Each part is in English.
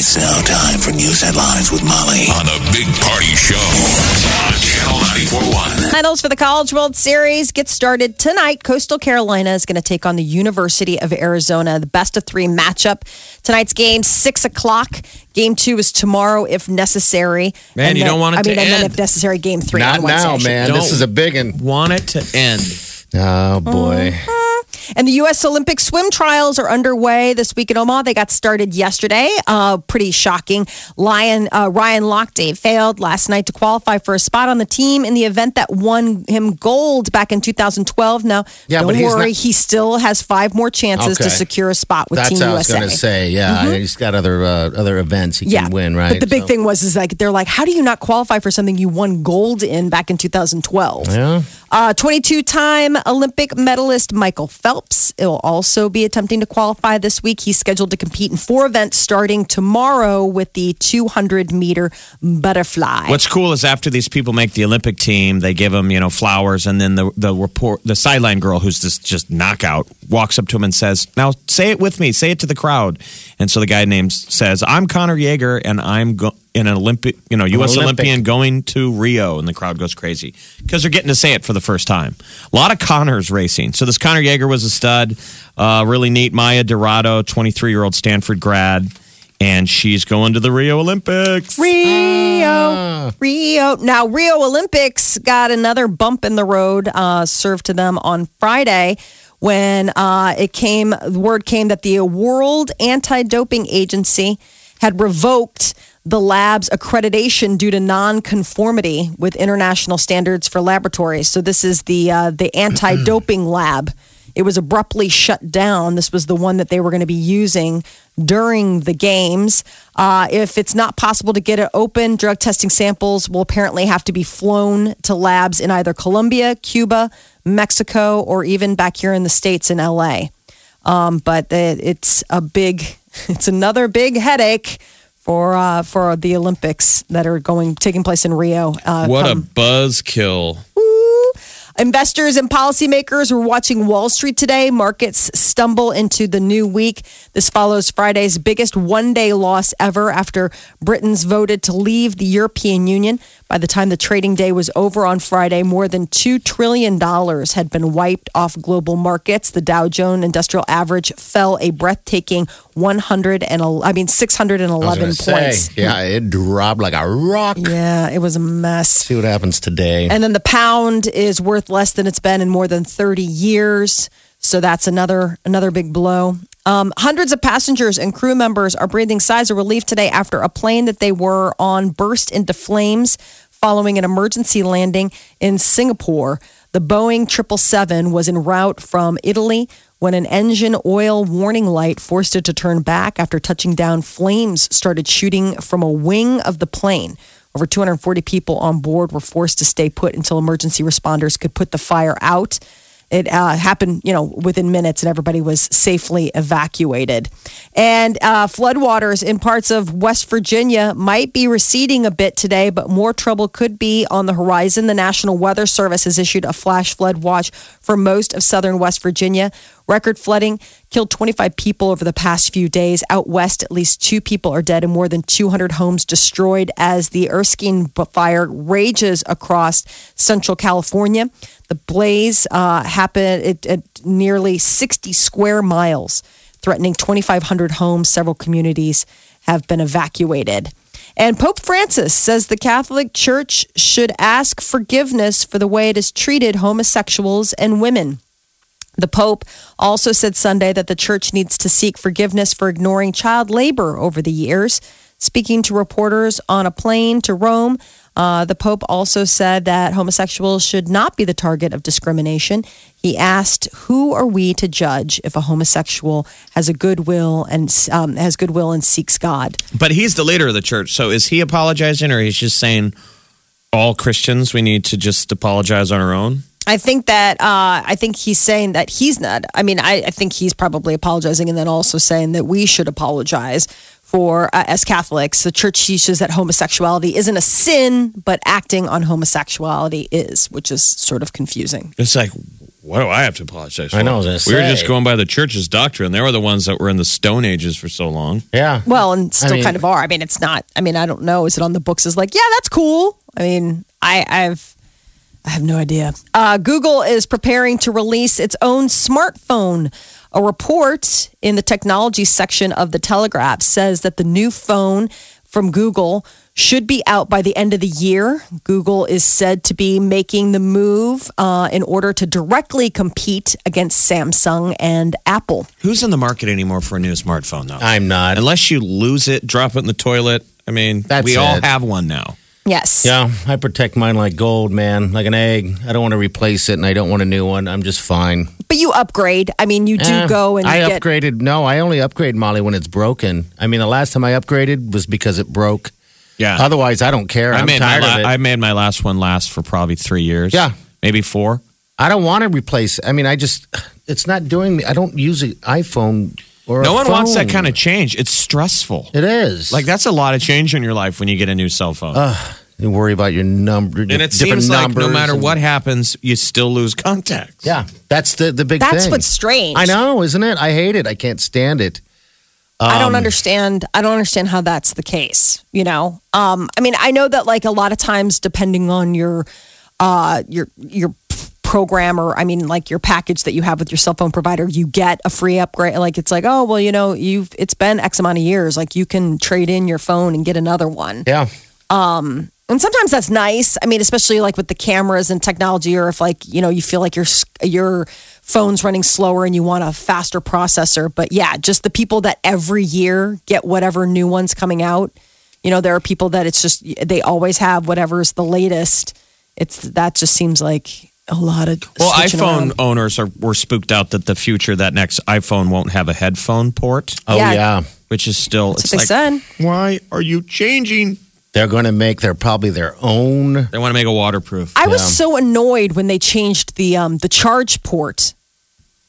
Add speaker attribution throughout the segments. Speaker 1: It's now time for news headlines with Molly on the Big Party Show on Channel 941.
Speaker 2: Finals for the College World Series get started tonight. Coastal Carolina is going to take on the University of Arizona. The best of three matchup. Tonight's game, six o'clock. Game two is tomorrow, if necessary.
Speaker 3: Man, you don't want it
Speaker 2: I mean,
Speaker 3: to
Speaker 2: and then
Speaker 3: end.
Speaker 2: if necessary, game three.
Speaker 4: Not
Speaker 2: on Wednesday, I
Speaker 4: now,
Speaker 2: should
Speaker 4: man. This
Speaker 3: Don't.
Speaker 4: is a big one.
Speaker 3: Want it to end.
Speaker 4: Oh boy.
Speaker 2: And the U.S. Olympic swim trials are underway this week in Omaha. They got started yesterday. Uh, pretty shocking. Lion, uh, Ryan Lochte failed last night to qualify for a spot on the team in the event that won him gold back in 2012. Now,
Speaker 4: Yeah,
Speaker 2: don't
Speaker 4: but he's
Speaker 2: worry,
Speaker 4: not-
Speaker 2: he still has five more chances
Speaker 4: Okay.
Speaker 2: to secure a spot with
Speaker 4: That's
Speaker 2: Team
Speaker 4: what I was
Speaker 2: USA.
Speaker 4: going to say. Yeah, he's got other uh, other events he
Speaker 2: Mm-hmm. Yeah,
Speaker 4: can win, right?
Speaker 2: But the big
Speaker 4: So-
Speaker 2: thing was is like they're like, how do you not qualify for something you won gold in back in 2012?
Speaker 4: Yeah.
Speaker 2: Uh, 22 time Olympic medalist Michael Phelps will also be attempting to qualify this week. He's scheduled to compete in four events starting tomorrow with the 200 meter butterfly.
Speaker 3: What's cool is after these people make the Olympic team, they give them you know flowers, and then the the report the sideline girl who's this just knockout walks up to him and says, "Now say it with me, say it to the crowd." And so the guy names says, "I'm Connor Yeager, and I'm go- in an Olympic you know U.S.
Speaker 4: Olympic.
Speaker 3: Olympian going to Rio," and the crowd goes crazy because they're getting to say it for the first time. A lot of Connors racing. So this Connor Yeager was a stud, uh, really neat. Maya Dorado, 23 year old Stanford grad. And she's going to the Rio Olympics.
Speaker 2: Rio, Rio. Now, Rio Olympics got another bump in the road uh, served to them on Friday when uh, it came. The word came that the World Anti-Doping Agency had revoked the lab's accreditation due to non-conformity with international standards for laboratories. So this is the uh, the anti-doping lab. It was abruptly shut down. This was the one that they were going to be using during the games. Uh, if it's not possible to get it open, drug testing samples will apparently have to be flown to labs in either Colombia, Cuba, Mexico, or even back here in the States in LA. Um, but it, it's a big, it's another big headache. For, uh, for the Olympics that are going taking place in Rio. Uh,
Speaker 3: What
Speaker 2: come
Speaker 3: a buzzkill.
Speaker 2: Investors and policymakers were watching Wall Street today. Markets stumble into the new week. This follows Friday's biggest one day loss ever after Britain's voted to leave the European Union. By the time the trading day was over on Friday, more than $2 trillion had been wiped off global markets. The Dow Jones Industrial Average fell a breathtaking 100 and, el- I mean, 611
Speaker 4: I was gonna
Speaker 2: points.
Speaker 4: say, yeah, it dropped like a rock.
Speaker 2: Yeah, it was a mess.
Speaker 4: See what happens today.
Speaker 2: And then the pound is worth less than it's been in more than 30 years. So that's another another big blow. Um, hundreds of passengers and crew members are breathing sighs of relief today after a plane that they were on burst into flames following an emergency landing in Singapore. The Boeing 777 was en route from Italy when an engine oil warning light forced it to turn back after touching down. Flames started shooting from a wing of the plane. Over 240 people on board were forced to stay put until emergency responders could put the fire out. It uh, happened, you know, within minutes, and everybody was safely evacuated. And uh, floodwaters in parts of West Virginia might be receding a bit today, but more trouble could be on the horizon. The National Weather Service has issued a flash flood watch for most of southern West Virginia. Record flooding killed 25 people over the past few days. Out west, at least two people are dead and more than 200 homes destroyed as the Erskine b- fire rages across central California. The blaze uh, happened at, at nearly 60 square miles, threatening 2,500 homes. Several communities have been evacuated. And Pope Francis says the Catholic Church should ask forgiveness for the way it has treated homosexuals and women. The Pope also said Sunday that the church needs to seek forgiveness for ignoring child labor over the years. Speaking to reporters on a plane to Rome, Uh, the Pope also said that homosexuals should not be the target of discrimination. He asked, "Who are we to judge if a homosexual has a goodwill and um, has goodwill and seeks God?"
Speaker 3: But he's the leader of the church, so is he apologizing, or he's just saying all Christians we need to just apologize on our own?
Speaker 2: I think that uh, I think he's saying that he's not. I mean, I, I think he's probably apologizing, and then also saying that we should apologize for uh, as Catholics. The Church teaches that homosexuality isn't a sin, but acting on homosexuality is, which is sort of confusing.
Speaker 3: It's like, what do I have to apologize for?
Speaker 4: I know, I was gonna
Speaker 3: we were
Speaker 4: say.
Speaker 3: just going by the church's doctrine. They were the ones that were in the Stone Ages for so long.
Speaker 4: Yeah.
Speaker 2: Well, and still
Speaker 4: mean-
Speaker 2: kind of are. I mean, it's not. I mean, I don't know. Is it on the books? Is like, yeah, that's cool. I mean, I, I've. I have no idea. Uh, Google is preparing to release its own smartphone. A report in the technology section of the Telegraph says that the new phone from Google should be out by the end of the year. Google is said to be making the move uh, in order to directly compete against Samsung and Apple.
Speaker 3: Who's in the market anymore for a new smartphone, though?
Speaker 4: I'm not.
Speaker 3: Unless you lose it, drop it in the toilet. I mean,
Speaker 4: That's
Speaker 3: we all
Speaker 4: it.
Speaker 3: have one now.
Speaker 2: Yes.
Speaker 4: Yeah, I protect mine like gold, man, like an egg. I don't want to replace it, and I don't want a new one. I'm just fine.
Speaker 2: But you upgrade. I mean, you do
Speaker 4: Eh,
Speaker 2: go and
Speaker 4: I
Speaker 2: get.
Speaker 4: upgraded. No, I only upgrade Molly when it's broken. I mean, the last time I upgraded was because it broke.
Speaker 3: Yeah.
Speaker 4: Otherwise, I don't care.
Speaker 3: I
Speaker 4: I'm
Speaker 3: made
Speaker 4: tired
Speaker 3: my
Speaker 4: of it.
Speaker 3: I made my last one last for probably three years.
Speaker 4: Yeah.
Speaker 3: maybe four.
Speaker 4: I don't want to replace. I mean, I just it's not doing me. I don't use an iPhone or
Speaker 3: No
Speaker 4: a
Speaker 3: one wants that
Speaker 4: phone.
Speaker 3: kind of change. It's stressful.
Speaker 4: It is
Speaker 3: Like that's a lot of change in your life when you get a new cell phone.
Speaker 2: Uh,
Speaker 4: You worry about your number,
Speaker 3: and it seems like no matter what happens, you still lose contacts.
Speaker 4: Yeah, that's the the big.
Speaker 2: That's
Speaker 4: thing.
Speaker 2: what's strange.
Speaker 4: I know, isn't it? I hate it. I can't stand it.
Speaker 2: I
Speaker 4: Um,
Speaker 2: don't understand. I don't understand how that's the case. You know, um, I mean, I know that like a lot of times, depending on your uh, your your program or I mean, like your package that you have with your cell phone provider, you get a free upgrade. Like it's like, oh well, you know, you've it's been X amount of years. Like you can trade in your phone and get another one.
Speaker 4: Yeah,
Speaker 2: And sometimes that's nice. I mean, especially like with the cameras and technology, or if like you know you feel like your s- your phone's running slower and you want a faster processor. But yeah, just the people that every year get whatever new ones coming out. You know, there are people that it's just they always have whatever's the latest. It's that just seems like a lot of
Speaker 3: Well,
Speaker 2: switching
Speaker 3: iPhone
Speaker 2: around.
Speaker 3: owners are were spooked out that the future that next iPhone won't have a headphone port, uh,
Speaker 4: Oh
Speaker 2: Yeah.
Speaker 4: yeah,
Speaker 3: which is still
Speaker 2: That's
Speaker 3: it's
Speaker 2: what
Speaker 3: like
Speaker 2: they said.
Speaker 3: why are you changing?
Speaker 4: they're going to make their probably their own.
Speaker 3: They want to make a waterproof.
Speaker 2: I was so annoyed when they changed the um, the charge port.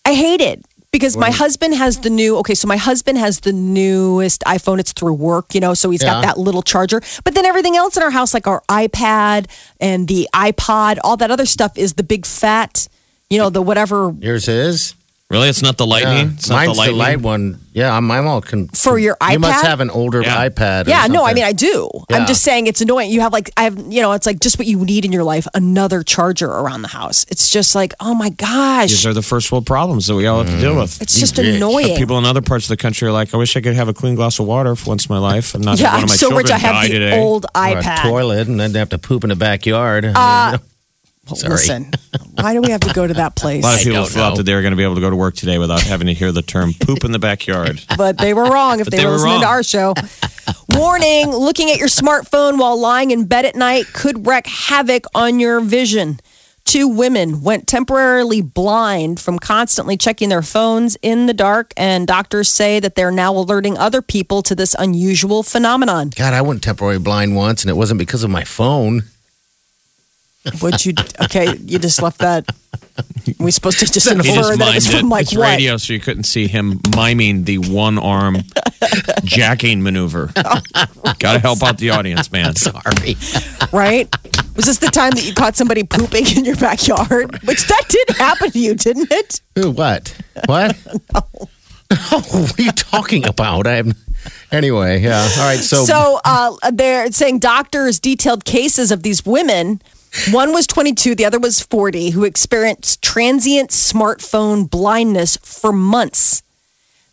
Speaker 2: I hate it because my husband has the new. Okay, so my husband has the newest iPhone. It's through work, you know, so he's got
Speaker 4: Yeah.
Speaker 2: that little charger. But then everything else in our house, like our iPad and the iPod, all that other stuff, is the big fat, you know, the whatever
Speaker 4: Yours is
Speaker 3: really, it's not the lightning.
Speaker 4: Yeah.
Speaker 3: It's not
Speaker 4: Mine's
Speaker 3: the lightning.
Speaker 4: light one. Yeah, I'm, I'm all con-
Speaker 2: For your
Speaker 4: You must
Speaker 2: iPad?
Speaker 4: have an older
Speaker 3: Yeah.
Speaker 4: iPad. or
Speaker 2: Yeah, no, I
Speaker 4: something.
Speaker 2: mean I do. I'm
Speaker 4: Yeah.
Speaker 2: just saying it's annoying. You have like I have you know, it's like just what you need in your life, another charger around the house. It's just like, oh my gosh.
Speaker 3: These are the first world problems that we all have to deal with.
Speaker 2: Mm. It's just
Speaker 4: Yeah,
Speaker 2: annoying.
Speaker 3: People in other parts of the country are like, I wish I could have a clean glass of water for once in my life. I'm not
Speaker 2: Yeah,
Speaker 3: one
Speaker 2: I'm
Speaker 3: of my
Speaker 2: so
Speaker 3: children
Speaker 2: rich. I have
Speaker 3: die
Speaker 2: the
Speaker 3: today.
Speaker 2: old
Speaker 4: Or a
Speaker 2: iPad. Uh,
Speaker 4: toilet, and I'd have to poop in the backyard. I mean, you know. Sorry.
Speaker 2: Listen, why do we have to go to that place?
Speaker 3: a lot of people
Speaker 4: don't
Speaker 3: thought
Speaker 4: know.
Speaker 3: that they were going to be able to go to work today without having to hear the term poop in the backyard.
Speaker 2: but they were wrong if they,
Speaker 3: they
Speaker 2: were
Speaker 3: were
Speaker 2: listening to
Speaker 3: wrong.
Speaker 2: our show. Warning looking at your smartphone while lying in bed at night could wreak havoc on your vision. Two women went temporarily blind from constantly checking their phones in the dark, and doctors say that they're now alerting other people to this unusual phenomenon.
Speaker 4: God, I went temporarily blind once, and it wasn't because of my phone.
Speaker 2: Would you? Okay, you just left that. we supposed to just
Speaker 3: He just
Speaker 2: infer that it
Speaker 3: mimed
Speaker 2: was
Speaker 3: it.
Speaker 2: from like
Speaker 3: it's
Speaker 2: what?
Speaker 3: radio, so you couldn't see him miming the one arm jacking maneuver. Got to help out the audience, man.
Speaker 4: Sorry.
Speaker 2: right? Was this the time that you caught somebody pooping in your backyard? Which that did happen to you, didn't it?
Speaker 4: Who, what? What? no. What are you talking about? I have. Anyway, yeah. All right. So,
Speaker 2: So uh, they're saying doctors detailed cases of these women. One was 22, the other was 40, who experienced transient smartphone blindness for months.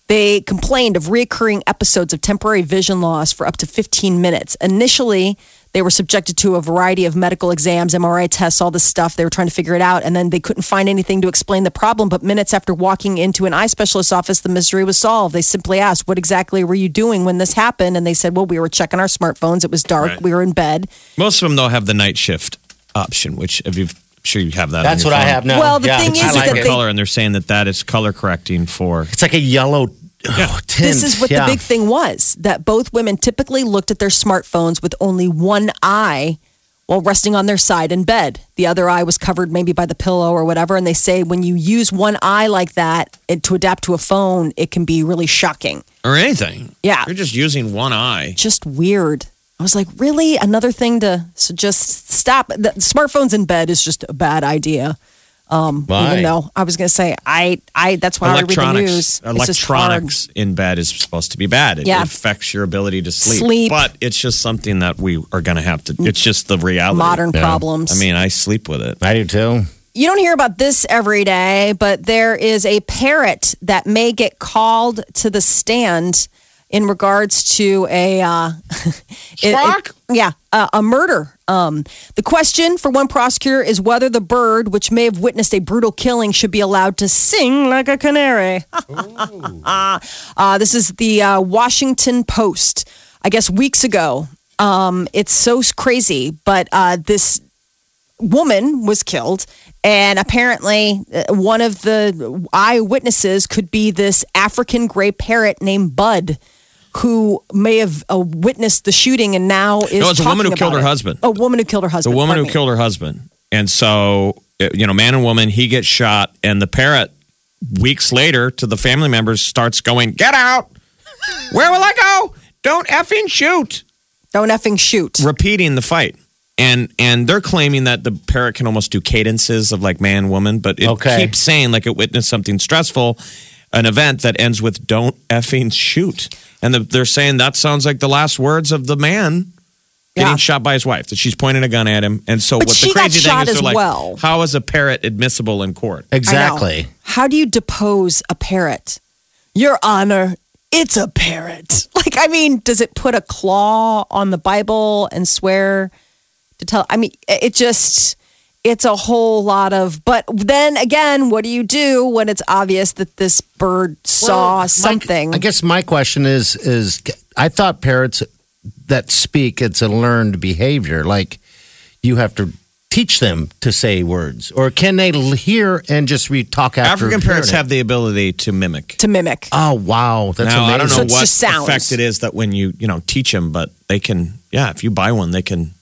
Speaker 2: They complained of reoccurring episodes of temporary vision loss for up to 15 minutes. Initially, they were subjected to a variety of medical exams, MRI tests, all this stuff. They were trying to figure it out, and then they couldn't find anything to explain the problem. But minutes after walking into an eye specialist's office, the mystery was solved. They simply asked, What exactly were you doing when this happened? And they said, Well, we were checking our smartphones. It was dark.
Speaker 3: Right.
Speaker 2: We were in bed.
Speaker 3: Most of them though have the night shift option, which if you I'm sure you have that. on
Speaker 4: That's
Speaker 3: your
Speaker 4: what I
Speaker 3: phone.
Speaker 4: have now.
Speaker 2: Well, the thing
Speaker 4: I
Speaker 2: is
Speaker 3: It's
Speaker 4: like
Speaker 3: like
Speaker 2: that
Speaker 4: it.
Speaker 2: they-
Speaker 3: color, and they're saying that that is color correcting for.
Speaker 4: it's like a yellow oh, tint.
Speaker 2: This is what
Speaker 4: yeah.
Speaker 2: the big thing was that both women typically looked at their smartphones with only one eye while resting on their side in bed. The other eye was covered maybe by the pillow or whatever. And they say when you use one eye like that it, to adapt to a phone, it can be really shocking.
Speaker 3: or anything.
Speaker 2: Yeah.
Speaker 3: You're just using one eye.
Speaker 2: Just weird. I was like, really? Another thing to so just stop. The smartphones in bed is just a bad idea. Um,
Speaker 4: Why?
Speaker 2: even though I was going to say, I, I, that's why I read the news. It's
Speaker 3: Electronics,
Speaker 2: just hard.
Speaker 3: electronics in bed is supposed to be bad. It
Speaker 2: Yeah.
Speaker 3: affects your ability to sleep.
Speaker 2: Sleep.
Speaker 3: But it's just something that we are going to have to. It's just the reality.
Speaker 2: modern problems.
Speaker 3: I mean, I sleep with it.
Speaker 4: I do too.
Speaker 2: you don't hear about this every day, but there is a parrot that may get called to the stand in regards to a uh, it- it- yeah, uh, a murder. Um, the question for one prosecutor is whether the bird, which may have witnessed a brutal killing, should be allowed to sing like a canary. Uh, this is the uh, Washington Post, I guess weeks ago. Um, it's so crazy, but uh, this woman was killed. And apparently, uh, one of the eyewitnesses could be this African gray parrot named Bud, who may have uh, witnessed the shooting and now is.
Speaker 3: No, it's a woman
Speaker 2: talking
Speaker 3: who killed
Speaker 2: about
Speaker 3: her
Speaker 2: it.
Speaker 3: husband.
Speaker 2: A woman who killed her
Speaker 3: The
Speaker 2: husband.
Speaker 3: woman
Speaker 2: pardon
Speaker 3: who
Speaker 2: me.
Speaker 3: killed her husband. And so, uh, you know, man and woman, he gets shot, and the parrot, weeks later, to the family members, starts going, Get out! Where will I go? Don't effing shoot!
Speaker 2: Don't effing shoot.
Speaker 3: repeating the fight. And and they're claiming that the parrot can almost do cadences of like man woman, but it
Speaker 4: Okay.
Speaker 3: keeps saying like it witnessed something stressful, an event that ends with "don't effing shoot," and the, they're saying that sounds like the last words of the man getting
Speaker 2: Yeah.
Speaker 3: shot by his wife that she's pointing a gun at him. And so,
Speaker 2: But
Speaker 3: what
Speaker 2: she
Speaker 3: the
Speaker 2: got
Speaker 3: crazy thing
Speaker 2: shot
Speaker 3: is, they're
Speaker 2: as
Speaker 3: like,
Speaker 2: well.
Speaker 3: "How is a parrot admissible in court?"
Speaker 2: I know.
Speaker 4: Exactly.
Speaker 2: How do you depose a parrot? Your Honor, it's a parrot. Like, I mean, does it put a claw on the Bible and swear to tell? I mean, it just, it's a whole lot of, but then again, what do you do when it's obvious that this bird saw something?
Speaker 4: I guess my question is is I thought parrots that speak it's a learned behavior. Like you have to teach them to say words, or can they l- hear and just re talk after?
Speaker 3: African parrots
Speaker 4: hearing
Speaker 3: have the ability to mimic.
Speaker 2: to mimic.
Speaker 4: it? Oh wow, that's
Speaker 3: now
Speaker 4: amazing.
Speaker 3: I don't
Speaker 2: So
Speaker 3: know
Speaker 2: it's
Speaker 3: what
Speaker 2: just sounds.
Speaker 3: effect it is that when you you know teach them, but they can. Yeah, if you buy one, they can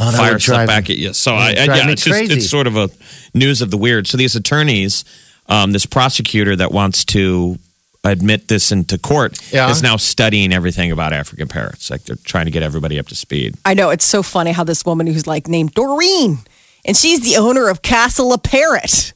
Speaker 4: Oh, that
Speaker 3: fire
Speaker 4: would
Speaker 3: stuff
Speaker 4: drive-
Speaker 3: back at you. So I,
Speaker 4: that would
Speaker 3: I
Speaker 4: drive
Speaker 3: yeah,
Speaker 4: me
Speaker 3: it's just
Speaker 4: crazy.
Speaker 3: it's sort of a news of the weird. So these attorneys, um, this prosecutor that wants to admit this into court
Speaker 4: Yeah.
Speaker 3: is now studying everything about African parrots. Like they're trying to get everybody up to speed.
Speaker 2: I know it's so funny how this woman who's like named Doreen, and she's the owner of Castle La Parrot.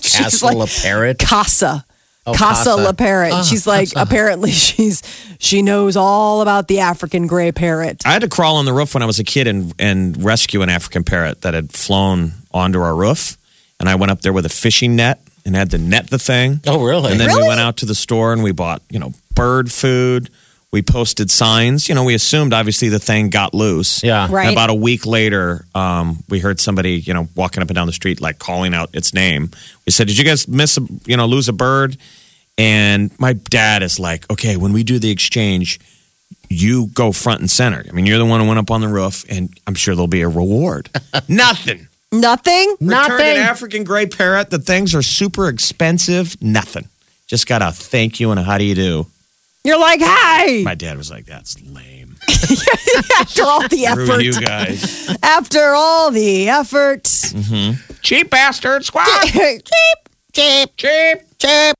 Speaker 2: She's
Speaker 4: Castle La Parrot?
Speaker 2: Casa.
Speaker 4: Oh,
Speaker 2: Casa,
Speaker 4: Casa.
Speaker 2: La Parrot. she's like apparently she's she knows all about the African gray parrot.
Speaker 3: I had to crawl on the roof when I was a kid and and rescue an African parrot that had flown onto our roof, and I went up there with a fishing net and had to net the thing.
Speaker 4: Oh really?
Speaker 3: And then we went out to the store and we bought, you know, bird food. We posted signs. You know, we assumed obviously the thing got loose.
Speaker 4: Yeah.
Speaker 2: Right.
Speaker 3: And about a week later, um, we heard somebody, you know, walking up and down the street, like calling out its name. We said, "Did you guys miss, a, you know, lose a bird?" And my dad is like, "Okay, when we do the exchange, you go front and center. I mean, you're the one who went up on the roof, and I'm sure there'll be a reward. Nothing.
Speaker 2: Nothing?
Speaker 3: Returned
Speaker 4: Nothing.
Speaker 3: an African gray parrot. The things are super expensive. Nothing. Just got a thank you and a how do you do.
Speaker 2: You're like, hey,
Speaker 3: My dad was like, "That's lame.
Speaker 2: after all the
Speaker 3: Screw you
Speaker 2: effort.
Speaker 3: guys,
Speaker 2: After all the effort.
Speaker 4: Mm-hmm.
Speaker 3: cheap bastard squad."
Speaker 2: cheap, cheap, cheap.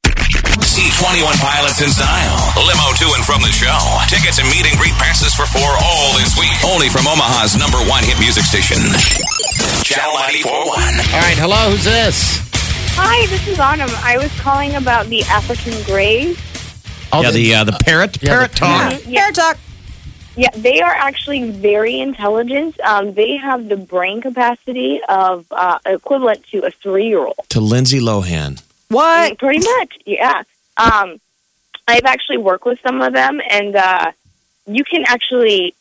Speaker 1: See 21 Pilots in style. Limo to and from the show. Tickets and meet and greet passes for four all this week. Only from Omaha's number one hit music station. Channel 941.
Speaker 4: All right, hello, who's this?
Speaker 5: Hi, this is Autumn. I was calling about the African grays.
Speaker 4: Oh,
Speaker 3: yeah, the uh, the parrot
Speaker 4: Yeah,
Speaker 3: parrot
Speaker 4: the
Speaker 3: talk.
Speaker 4: parrot.
Speaker 2: Hair talk.
Speaker 5: Yeah, they are actually very intelligent. Um, they have the brain capacity of uh, equivalent to a three year old. Mm,
Speaker 3: to Lindsay Lohan.
Speaker 2: What?
Speaker 5: Pretty much, yeah. Um, I've actually worked with some of them, and uh, you can actually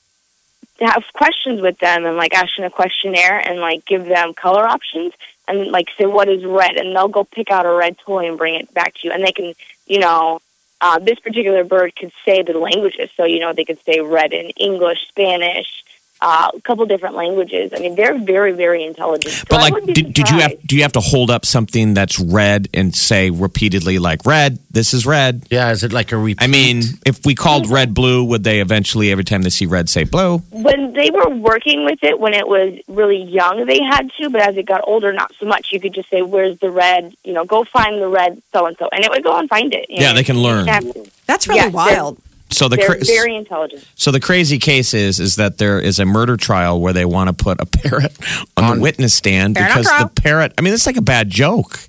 Speaker 5: have questions with them and like ask in a questionnaire and like give them color options and like say what is red, and they'll go pick out a red toy and bring it back to you, and they can you know. Uh, this particular bird could say the languages, so you know they could say red in English, Spanish, uh, a couple different languages. I mean, they're very, very intelligent. So
Speaker 3: But
Speaker 5: I
Speaker 3: like,
Speaker 5: wouldn't be
Speaker 3: did, did you have
Speaker 5: surprised.
Speaker 3: do you have to hold up something that's red and say repeatedly like red? This is red.
Speaker 4: Yeah, is it like a repeat?
Speaker 3: I mean, if we called red blue, would they eventually every time they see red say blue?
Speaker 5: when they were working with it when it was really young they had to but as it got older not so much you could just say where's the red you know go find the red so and so and it would go and find it you
Speaker 3: Yeah,
Speaker 5: know.
Speaker 3: they can learn.
Speaker 5: Yeah,
Speaker 2: That's really
Speaker 5: Yeah,
Speaker 2: wild.
Speaker 3: So the
Speaker 5: they're
Speaker 3: cra-
Speaker 5: very intelligent
Speaker 3: so the crazy case is is that there is a murder trial where they want to put a parrot on, the witness stand
Speaker 2: Parrot on
Speaker 3: because
Speaker 2: trial.
Speaker 3: the parrot. I mean, it's like a bad joke.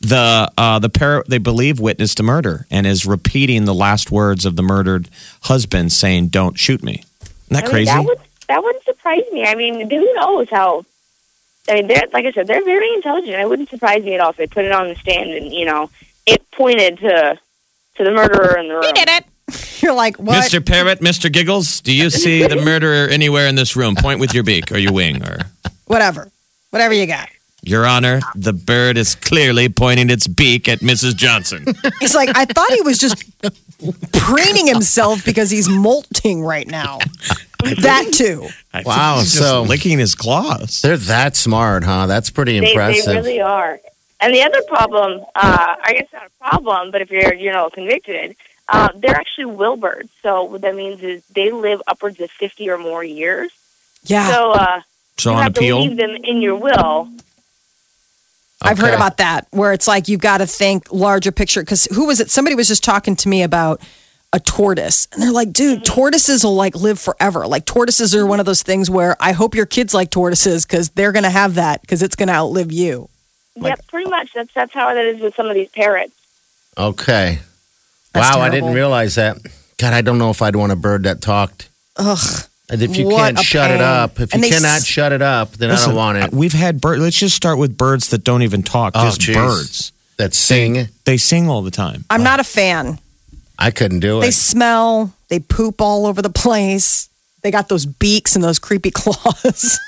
Speaker 3: The uh, the parrot they believe witnessed a murder and is repeating the last words of the murdered husband saying, "Don't shoot me." Isn't that
Speaker 5: I mean,
Speaker 3: crazy?
Speaker 5: that would that wouldn't surprise me i mean who knows how i mean they're like i said they're very intelligent it wouldn't surprise me at all if they put it on the stand and you know it pointed to to the murderer in the room
Speaker 2: You're like, what?
Speaker 3: Mr. Parrot, Mr. Giggles, do you see the murderer anywhere in this room? Point with your beak or your wing or
Speaker 2: Whatever. Whatever you got.
Speaker 3: Your Honor, the bird is clearly pointing its beak at Mrs. Johnson.
Speaker 2: He's like, I thought he was just preening himself because he's molting right now. That too.
Speaker 3: I think
Speaker 4: Wow,
Speaker 3: he's just
Speaker 4: so-
Speaker 3: licking his claws.
Speaker 4: They're that smart, huh? That's pretty
Speaker 5: they,
Speaker 4: impressive.
Speaker 5: They really are. And the other problem, uh, I guess not a problem, but if you're you know convicted, uh, they're actually will birds. So what that means is they live upwards of fifty or more years.
Speaker 2: Yeah.
Speaker 5: So uh,
Speaker 3: So
Speaker 5: you
Speaker 3: on
Speaker 5: have to
Speaker 3: appeal,
Speaker 5: leave them in your will.
Speaker 2: I've heard
Speaker 4: Okay.
Speaker 2: about that where it's like you've got to think larger picture because who was it? Somebody was just talking to me about a tortoise and they're like, dude,
Speaker 5: Mm-hmm.
Speaker 2: tortoises will like live forever. Like tortoises are one of those things where I hope your kids like tortoises because they're going to have that because it's going to outlive you.
Speaker 5: yep, pretty much. That's that's how that is with some of these parrots.
Speaker 4: Okay.
Speaker 2: That's
Speaker 4: wow, I
Speaker 2: terrible.
Speaker 4: didn't realize that. God, I don't know if I'd want a bird that talked.
Speaker 2: Ugh.
Speaker 4: And if you
Speaker 2: What
Speaker 4: can't
Speaker 2: a
Speaker 4: shut
Speaker 2: pain.
Speaker 4: it up, if
Speaker 2: And
Speaker 4: you
Speaker 2: they
Speaker 4: cannot
Speaker 2: s-
Speaker 4: shut it up, then I
Speaker 3: Listen,
Speaker 4: don't want it.
Speaker 3: We've had birds. Let's just start with birds that don't even talk.
Speaker 4: Oh,
Speaker 3: just
Speaker 4: geez.
Speaker 3: birds.
Speaker 4: that sing,
Speaker 3: They sing all the time.
Speaker 2: I'm not a fan.
Speaker 4: I couldn't do
Speaker 2: They
Speaker 4: it.
Speaker 2: smell, they poop all over the place. They got those beaks and those creepy claws.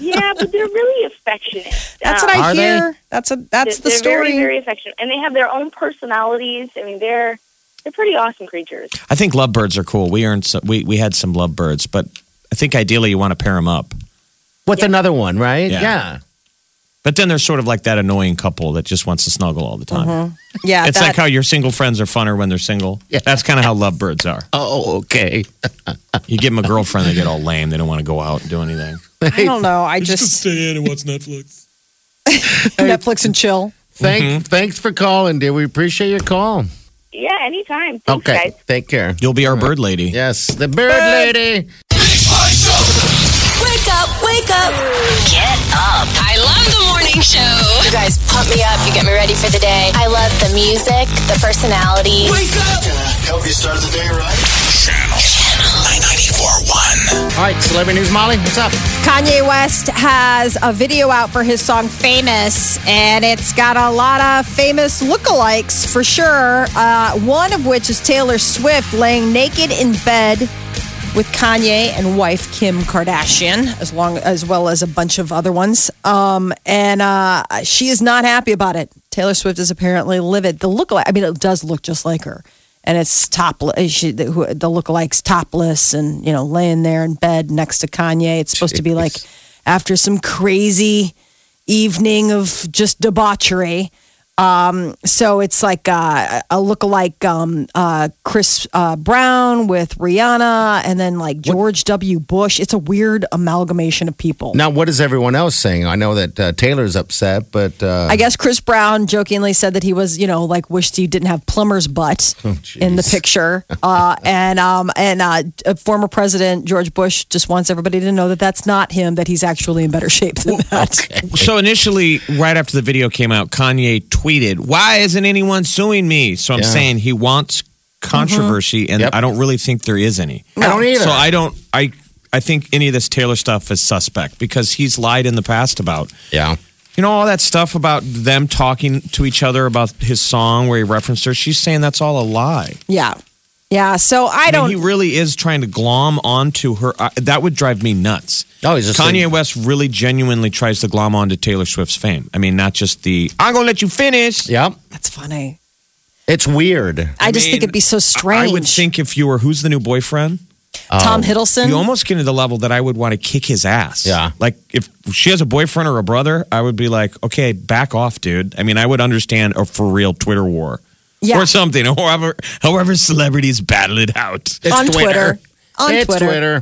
Speaker 5: yeah, but they're really affectionate.
Speaker 2: that's
Speaker 5: Um,
Speaker 2: what I
Speaker 4: Are they?
Speaker 2: hear. That's a that's
Speaker 5: they're,
Speaker 2: the story.
Speaker 5: They're very, very affectionate, and they have their own personalities. I mean, they're they're pretty awesome creatures.
Speaker 3: I think lovebirds are cool. We earned some, we we had some lovebirds, but I think ideally you want to pair them up.
Speaker 4: With another one, right?
Speaker 3: Yeah.
Speaker 4: Yeah.
Speaker 3: But then they're sort of like that annoying couple that just wants to snuggle all the time.
Speaker 2: yeah,
Speaker 3: It's
Speaker 2: that-
Speaker 3: like how your single friends are funner when they're single.
Speaker 4: Yeah.
Speaker 3: That's kind of how lovebirds are.
Speaker 4: Oh, okay.
Speaker 3: You give them a girlfriend, they get all lame. They don't want to go out and do anything.
Speaker 2: I don't know. I just
Speaker 6: stay in and watch Netflix.
Speaker 2: Netflix and chill.
Speaker 4: Thank,
Speaker 3: Mm-hmm.
Speaker 4: Thanks for calling, dear. We appreciate your call.
Speaker 5: Yeah, anytime. Thanks,
Speaker 4: Okay.
Speaker 5: guys.
Speaker 4: Take care.
Speaker 3: You'll be our bird lady.
Speaker 4: Yes, the bird lady.
Speaker 7: Wake up, wake up. Get up. I love the morning show. You guys pump me up. You get me ready for the day. I love the music, the personality.
Speaker 8: Help you start the day right.
Speaker 1: Channel 941.
Speaker 4: All right, celebrity news, Molly. What's up?
Speaker 2: Kanye West has a video out for his song Famous, and it's got a lot of famous lookalikes for sure. Uh, one of which is Taylor Swift laying naked in bed with Kanye and wife Kim Kardashian, as long as well as a bunch of other ones. Um, and uh, she is not happy about it. Taylor Swift is apparently livid. The lookalike, I mean, it does look just like her, and it's topless. She, the, who- the lookalikes topless, and you know, laying there in bed next to Kanye. It's supposed to be like after some crazy evening of just debauchery. Um, so it's like uh, a lookalike um, uh, Chris uh, Brown with Rihanna, and then like George W. Bush. It's a weird amalgamation of people.
Speaker 4: Now, what is everyone else saying? I know that uh, Taylor's upset, but uh,
Speaker 2: I guess Chris Brown jokingly said that he was, you know, like wished he didn't have plumber's butt
Speaker 3: Oh,
Speaker 2: in the picture. Uh, and um, and uh, uh, former President George Bush just wants everybody to know that that's not him; that he's actually in better shape than that.
Speaker 3: So initially, right after the video came out, Kanye tweeted, "Why isn't anyone suing me?" So I'm
Speaker 4: Yeah. Mm-hmm.
Speaker 3: saying he wants controversy, and
Speaker 4: Yep.
Speaker 3: I don't really think there is any.
Speaker 4: I don't either.
Speaker 3: So I don't. I I think any of this Taylor stuff is suspect because he's lied in the past about
Speaker 4: yeah.
Speaker 3: You know all that stuff about them talking to each other about his song where he referenced her. She's saying that's all a lie.
Speaker 2: Yeah. Yeah. So I
Speaker 3: I mean,
Speaker 2: don't.
Speaker 3: he really is trying to glom onto her. I that would drive me nuts.
Speaker 4: Oh, he's just
Speaker 3: Kanye
Speaker 4: a-
Speaker 3: West really genuinely tries to glom onto Taylor Swift's fame. I mean, not just the "I'm gonna let you finish."
Speaker 4: Yeah.
Speaker 2: that's funny.
Speaker 4: It's weird.
Speaker 2: I, just
Speaker 3: mean,
Speaker 2: think it'd be so
Speaker 3: I
Speaker 2: strange.
Speaker 3: would think if you were who's the new boyfriend,
Speaker 2: Tom
Speaker 4: Oh.
Speaker 2: Hiddleston.
Speaker 3: you almost get to the level that I would want to kick his ass.
Speaker 4: Yeah.
Speaker 3: Like if she has a boyfriend or a brother, I would be like, okay, back off, dude. I mean, I would understand a for real Twitter war.
Speaker 2: Yeah.
Speaker 3: Or something, or however, however celebrities battle it out.
Speaker 4: It's
Speaker 2: On Twitter. On
Speaker 4: it's
Speaker 2: Twitter.
Speaker 4: Twitter.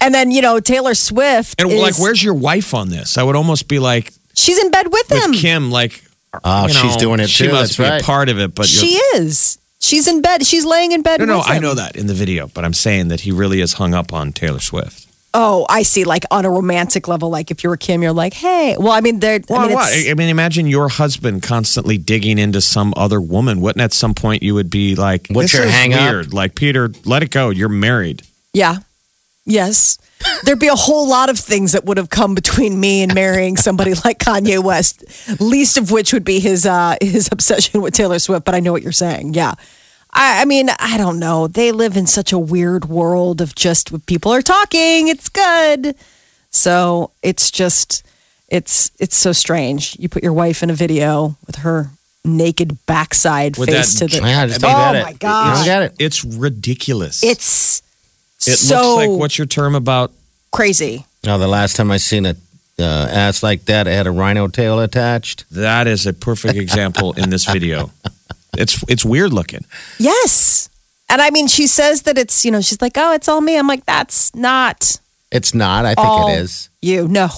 Speaker 2: and then you know Taylor Swift.
Speaker 3: And
Speaker 2: is,
Speaker 3: like, where's your wife on this? I would almost be like
Speaker 2: she's in bed with
Speaker 3: with
Speaker 2: him?
Speaker 3: Kim, like,
Speaker 4: Oh,
Speaker 3: you know,
Speaker 4: she's doing it
Speaker 3: She
Speaker 4: too. That's
Speaker 3: must be
Speaker 4: right.
Speaker 3: a part of it, but you're-
Speaker 2: she is. She's in bed. She's laying in bed.
Speaker 3: No, no,
Speaker 2: with
Speaker 3: I
Speaker 2: him.
Speaker 3: know that in the video, but I'm saying that he really is hung up on Taylor Swift.
Speaker 2: Oh, I see. Like on a romantic level, like if you were Kim, you're like, hey. Well, I mean, they're.
Speaker 3: Well,
Speaker 2: I mean,
Speaker 3: what?
Speaker 2: it's-
Speaker 3: I mean, imagine your husband constantly digging into some other woman. Wouldn't at some point you would be like,
Speaker 4: What's
Speaker 3: this
Speaker 4: your
Speaker 3: is
Speaker 4: hang up?
Speaker 3: weird. Like, Peter, let it go. You're married.
Speaker 2: Yeah. Yes. There'd be a whole lot of things that would have come between me and marrying somebody like Kanye West, least of which would be his uh, his obsession with Taylor Swift. But I know what you're saying. Yeah. I, I mean, I don't know. They live in such a weird world of just what people are talking. It's good. So it's just it's it's so strange. You put your wife in a video with her naked backside
Speaker 3: With
Speaker 2: face
Speaker 3: that
Speaker 2: to the
Speaker 4: Yeah, I just
Speaker 2: Oh
Speaker 4: don't get it.
Speaker 2: my gosh.
Speaker 4: I don't get it.
Speaker 3: It's ridiculous.
Speaker 2: it's
Speaker 3: it
Speaker 2: so
Speaker 3: looks like what's your term about?
Speaker 2: crazy.
Speaker 4: No, the last time I seen a uh, ass like that, it had a rhino tail attached.
Speaker 3: That is a perfect example in this video. It's it's weird looking.
Speaker 2: Yes. And I mean, she says that it's, you know, she's like, oh, it's all me. I'm like, that's not
Speaker 4: It's not. I think
Speaker 2: all
Speaker 4: it is.
Speaker 2: you. No.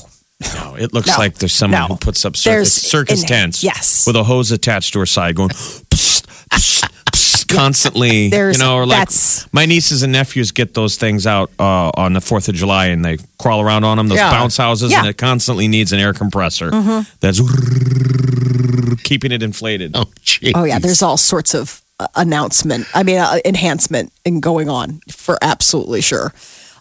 Speaker 3: No, it looks
Speaker 2: No.
Speaker 3: like there's someone
Speaker 2: No.
Speaker 3: who puts up circus,
Speaker 2: There's-
Speaker 3: circus
Speaker 2: in-
Speaker 3: tents,
Speaker 2: yes.
Speaker 3: with a hose attached to her side, going psst, psst, psst, constantly.
Speaker 2: There's-
Speaker 3: you know, or like
Speaker 2: that's-
Speaker 3: my nieces and nephews get those things out uh, on the Fourth of July and they crawl around on them. Those
Speaker 4: Yeah.
Speaker 3: bounce houses,
Speaker 2: Yeah. Mm-hmm.
Speaker 3: and it constantly needs an air compressor that's keeping it inflated.
Speaker 4: Oh, jeez.
Speaker 2: Oh, yeah. There's all sorts of uh, announcement, I mean, uh, enhancement and going on for absolutely sure.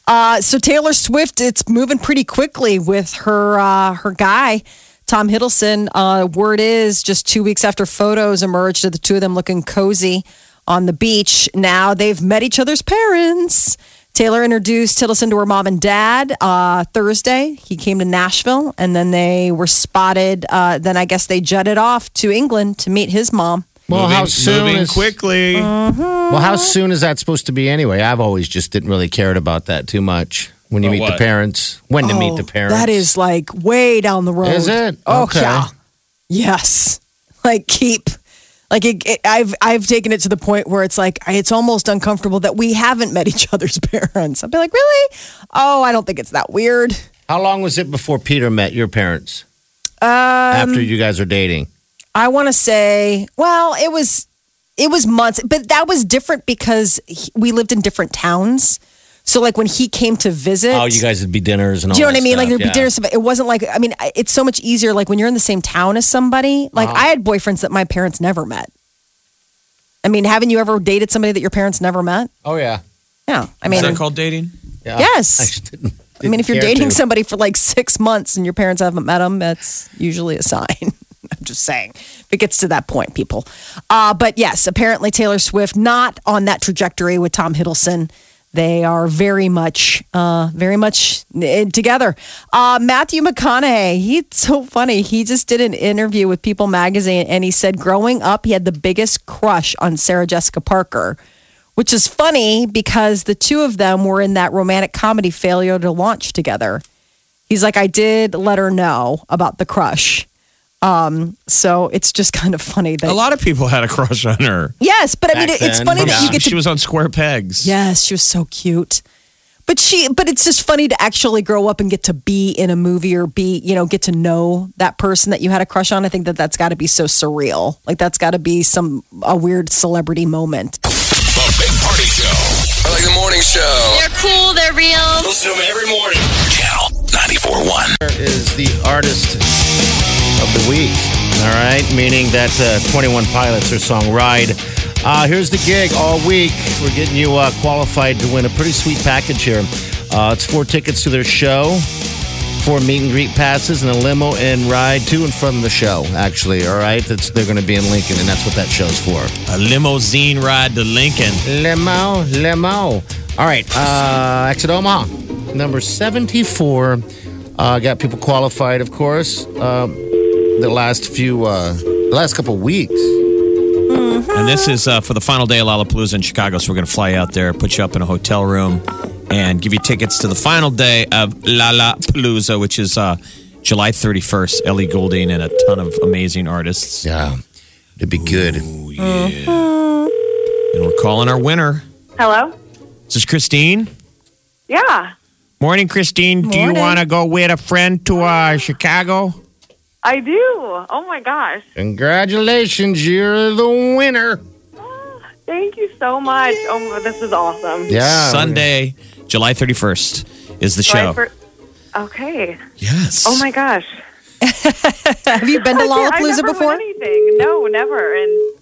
Speaker 2: Uh, so Taylor Swift, it's moving pretty quickly with her uh, her guy, Tom Hiddleston. Uh, word is just two weeks after photos emerged of the two of them looking cozy on the beach. Now they've met each other's parents. Taylor introduced Hiddleston to her mom and dad uh, Thursday. He came to Nashville, and then they were spotted. Uh, then I guess they jetted off to England to meet his mom.
Speaker 4: Well,
Speaker 3: moving,
Speaker 4: Oh, how soon
Speaker 3: moving
Speaker 4: is
Speaker 3: quickly.
Speaker 2: Oh,
Speaker 4: Well, how soon is that supposed to be anyway? I've always just didn't really cared about that too much. When you
Speaker 3: About
Speaker 4: meet the
Speaker 3: what?
Speaker 4: parents, when to meet the parents.
Speaker 2: Oh, That is like way down the road.
Speaker 4: Is it?
Speaker 2: Oh
Speaker 4: Okay.
Speaker 2: yeah. Yes. Like keep. Like it, it- I've I've taken it to the point where it's like it's almost uncomfortable that we haven't met each other's parents. I'll be like, really? Oh, I don't think it's that weird.
Speaker 4: How long was it before Peter met your parents?
Speaker 2: Um,
Speaker 4: after you guys are dating,
Speaker 2: I want to say, well, it was it was months, but that was different because he, we lived in different towns. So like when he came to visit,
Speaker 4: oh, you guys would be dinners and all.
Speaker 2: Do you know
Speaker 4: that
Speaker 2: what I mean? like
Speaker 4: stuff,
Speaker 2: there'd be
Speaker 4: yeah.
Speaker 2: dinners. It wasn't like I mean, I- it's so much easier. Like when you're in the same town as somebody. Like
Speaker 4: Uh-huh.
Speaker 2: I had boyfriends that my parents never met. I mean, haven't you ever dated somebody that your parents never met?
Speaker 4: Oh yeah.
Speaker 2: Yeah, I
Speaker 3: Is
Speaker 2: mean,
Speaker 3: that called dating?
Speaker 4: yeah.
Speaker 2: Yes.
Speaker 4: I just didn't-
Speaker 2: I mean, if you're
Speaker 4: didn't care
Speaker 2: dating
Speaker 4: to.
Speaker 2: somebody for like six months and your parents haven't met them, that's usually a sign. I'm just saying. If it gets to that point, people. Uh, but yes, apparently Taylor Swift not on that trajectory with Tom Hiddleston. They are very much, uh, very much n- together. Uh, Matthew McConaughey, he's so funny. He just did an interview with People Magazine and he said growing up, he had the biggest crush on Sarah Jessica Parker which is funny because the two of them were in that romantic comedy failure to launch together. He's like, I did let her know about the crush. Um, so it's just kind of funny that
Speaker 3: A lot of people had a crush on her.
Speaker 2: yes, but I mean,
Speaker 4: Back
Speaker 2: it's
Speaker 4: then,
Speaker 2: funny that
Speaker 4: yeah.
Speaker 2: you get
Speaker 3: she
Speaker 2: to
Speaker 3: was on Square Pegs.
Speaker 2: yes, she was so cute. But she, but it's just funny to actually grow up and get to be in a movie or be, you know, get to know that person that you had a crush on. I think that that's got to be so surreal. Like that's got to be some a weird celebrity moment.
Speaker 1: The Big Party Show.
Speaker 6: I like the morning show.
Speaker 7: They're cool, they're real.
Speaker 6: Listen to them every morning.
Speaker 1: Channel 94.1.
Speaker 4: Here is the artist of the week. All right, meaning that uh, 21 Pilots or song Ride. Uh, here's the gig all week. We're getting you uh, qualified to win a pretty sweet package here. Uh, it's four tickets to their show, four meet and greet passes and a limo and ride to and from the show, actually. All right. That's, they're going to be in Lincoln, and that's what that show's for.
Speaker 3: A limousine ride to Lincoln.
Speaker 4: Limo, limo. All right, uh, Exit Omaha, number 74. Uh, got people qualified, of course. Um, the last few, uh, the last couple weeks.
Speaker 3: And this is uh, for the final day of Lollapalooza in Chicago. So we're going to fly out there, put you up in a hotel room, and give you tickets to the final day of Lollapalooza, which is uh, July 31st. Ellie Goulding and a ton of amazing artists.
Speaker 4: Yeah, it'd be good.
Speaker 3: And we're calling our winner.
Speaker 5: Hello?
Speaker 3: This is Christine.
Speaker 5: Yeah.
Speaker 3: Morning, Christine. Do you
Speaker 2: Morning.
Speaker 3: want to go with a friend to uh, Chicago?
Speaker 5: I do. Oh my gosh.
Speaker 4: Congratulations, you're the winner.
Speaker 5: Thank you so much. Oh, this is awesome.
Speaker 4: Yeah,
Speaker 3: Sunday, July 31st is the
Speaker 5: July
Speaker 3: show.
Speaker 5: fir- okay.
Speaker 3: yes.
Speaker 5: Oh my gosh.
Speaker 2: Have you been to
Speaker 5: I've never
Speaker 2: Lollapalooza
Speaker 5: won
Speaker 2: before?
Speaker 5: anything. No, never. And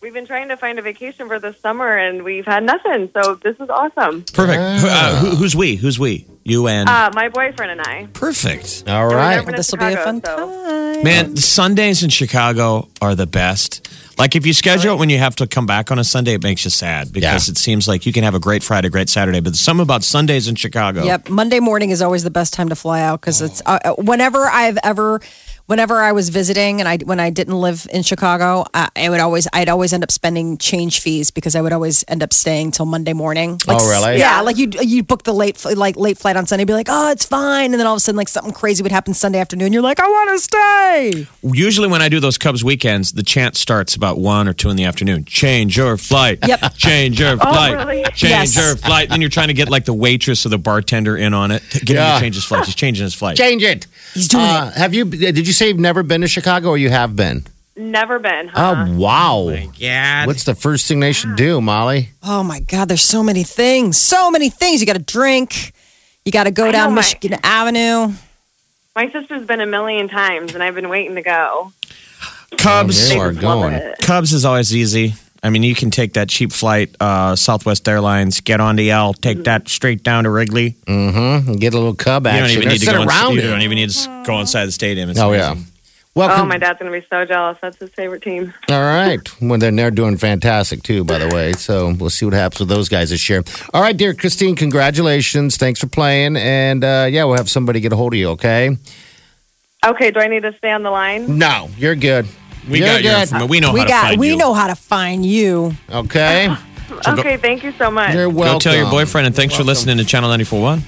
Speaker 5: we've been trying to find a vacation for this summer, and we've had nothing. So this is awesome.
Speaker 3: Perfect. Who- uh, who, who's we? Who's we? You and.
Speaker 5: Uh, my boyfriend and I.
Speaker 3: Perfect.
Speaker 4: All right.
Speaker 5: Never been to
Speaker 2: This will be a
Speaker 5: Chicago,
Speaker 2: fun
Speaker 5: so-
Speaker 2: time.
Speaker 3: Man, the Sundays in Chicago are the best. Like if you schedule it when you have to come back on a Sunday, it makes you sad because
Speaker 4: Yeah.
Speaker 3: it seems like you can have a great Friday, great Saturday, but there's something about Sundays in Chicago.
Speaker 2: Yep, Monday morning is always the best time to fly out because it's uh, whenever I've ever, whenever I was visiting and I when I didn't live in Chicago, I, I would always I'd always end up spending change fees because I would always end up staying till Monday morning. Like,
Speaker 4: Oh, really?
Speaker 2: Yeah, like you you book the late fl- like late flight on Sunday, be like, oh, it's fine, and then all of a sudden like something crazy would happen Sunday afternoon, you're like, I want to stay.
Speaker 3: Usually when I do those Cubs weekends, the chant starts about one or two in the afternoon. Change your flight.
Speaker 2: Yep. Oh,
Speaker 3: Change your flight.
Speaker 5: really?
Speaker 3: Change
Speaker 2: Yes.
Speaker 3: your flight. Then you're trying to get like the waitress or the bartender in on it. to Get him
Speaker 4: Yeah.
Speaker 3: to change his flight. He's changing his flight.
Speaker 4: Change it.
Speaker 2: He's doing
Speaker 4: Uh, Have you? Did you say you've never been to Chicago, or you have been?
Speaker 5: Never been.
Speaker 3: Uh,
Speaker 4: Oh
Speaker 5: Huh?
Speaker 4: wow!
Speaker 3: Yeah.
Speaker 4: What's the first thing they should do, Molly?
Speaker 2: Oh my God, there's so many things, so many things. You got to drink. You got to go
Speaker 5: I
Speaker 2: down
Speaker 5: know, my-
Speaker 2: Michigan Avenue.
Speaker 5: my sister's been a million times, and I've been waiting to go.
Speaker 3: Cubs.
Speaker 4: Oh, You are going.
Speaker 3: Cubs is always easy. I mean, you can take that cheap flight, uh, Southwest Airlines, get on the L, take that straight down to Wrigley.
Speaker 4: and get a little cub
Speaker 3: You
Speaker 4: action.
Speaker 3: don't even
Speaker 4: Or
Speaker 3: need to
Speaker 4: sit
Speaker 3: go.
Speaker 4: around
Speaker 3: In, you
Speaker 4: it.
Speaker 3: don't even need to s- go inside the stadium. It's
Speaker 4: Oh yeah.
Speaker 3: amazing.
Speaker 4: Well,
Speaker 5: Oh,
Speaker 4: con-
Speaker 5: my dad's going to be so jealous. That's his favorite team.
Speaker 4: all right. Well, then they're doing fantastic too, by the way. So we'll see what happens with those guys this year. All right, dear Christine, congratulations. Thanks for playing, and uh, yeah, we'll have somebody get a hold of you. Okay.
Speaker 5: Okay, do I need to stay on the line?
Speaker 4: No, you're good.
Speaker 3: we
Speaker 4: you're
Speaker 3: got your information. We know
Speaker 2: we
Speaker 3: how to
Speaker 2: got
Speaker 3: find
Speaker 2: we
Speaker 3: you.
Speaker 2: know how to find you.
Speaker 4: Okay.
Speaker 5: Okay, thank you so much.
Speaker 4: You're
Speaker 5: Of
Speaker 4: welcome.
Speaker 3: Go tell your boyfriend, and thanks for listening to Channel 94.1.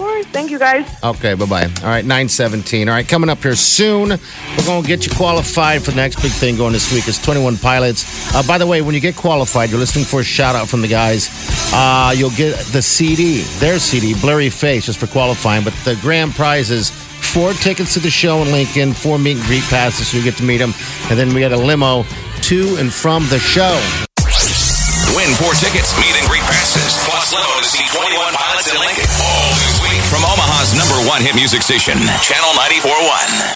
Speaker 5: course. Thank you, guys.
Speaker 4: Okay, bye bye. All right, 917. All right, coming up here soon, we're going to get you qualified for the next big thing going this week is 21 Pilots. Uh, by the way, when you get qualified, you're listening for a shout out from the guys. Uh, you'll get the CD, their CD, Blurry Face, just for qualifying. But the grand prize is four tickets to the show in Lincoln, four meet and greet passes, so you get to meet them. And then we got a limo to and from the show.
Speaker 1: Win four tickets, meet and greet passes, plus limo to see 21 pilots in Lincoln. All this week from Omaha's number one hit music station, Channel 94.1.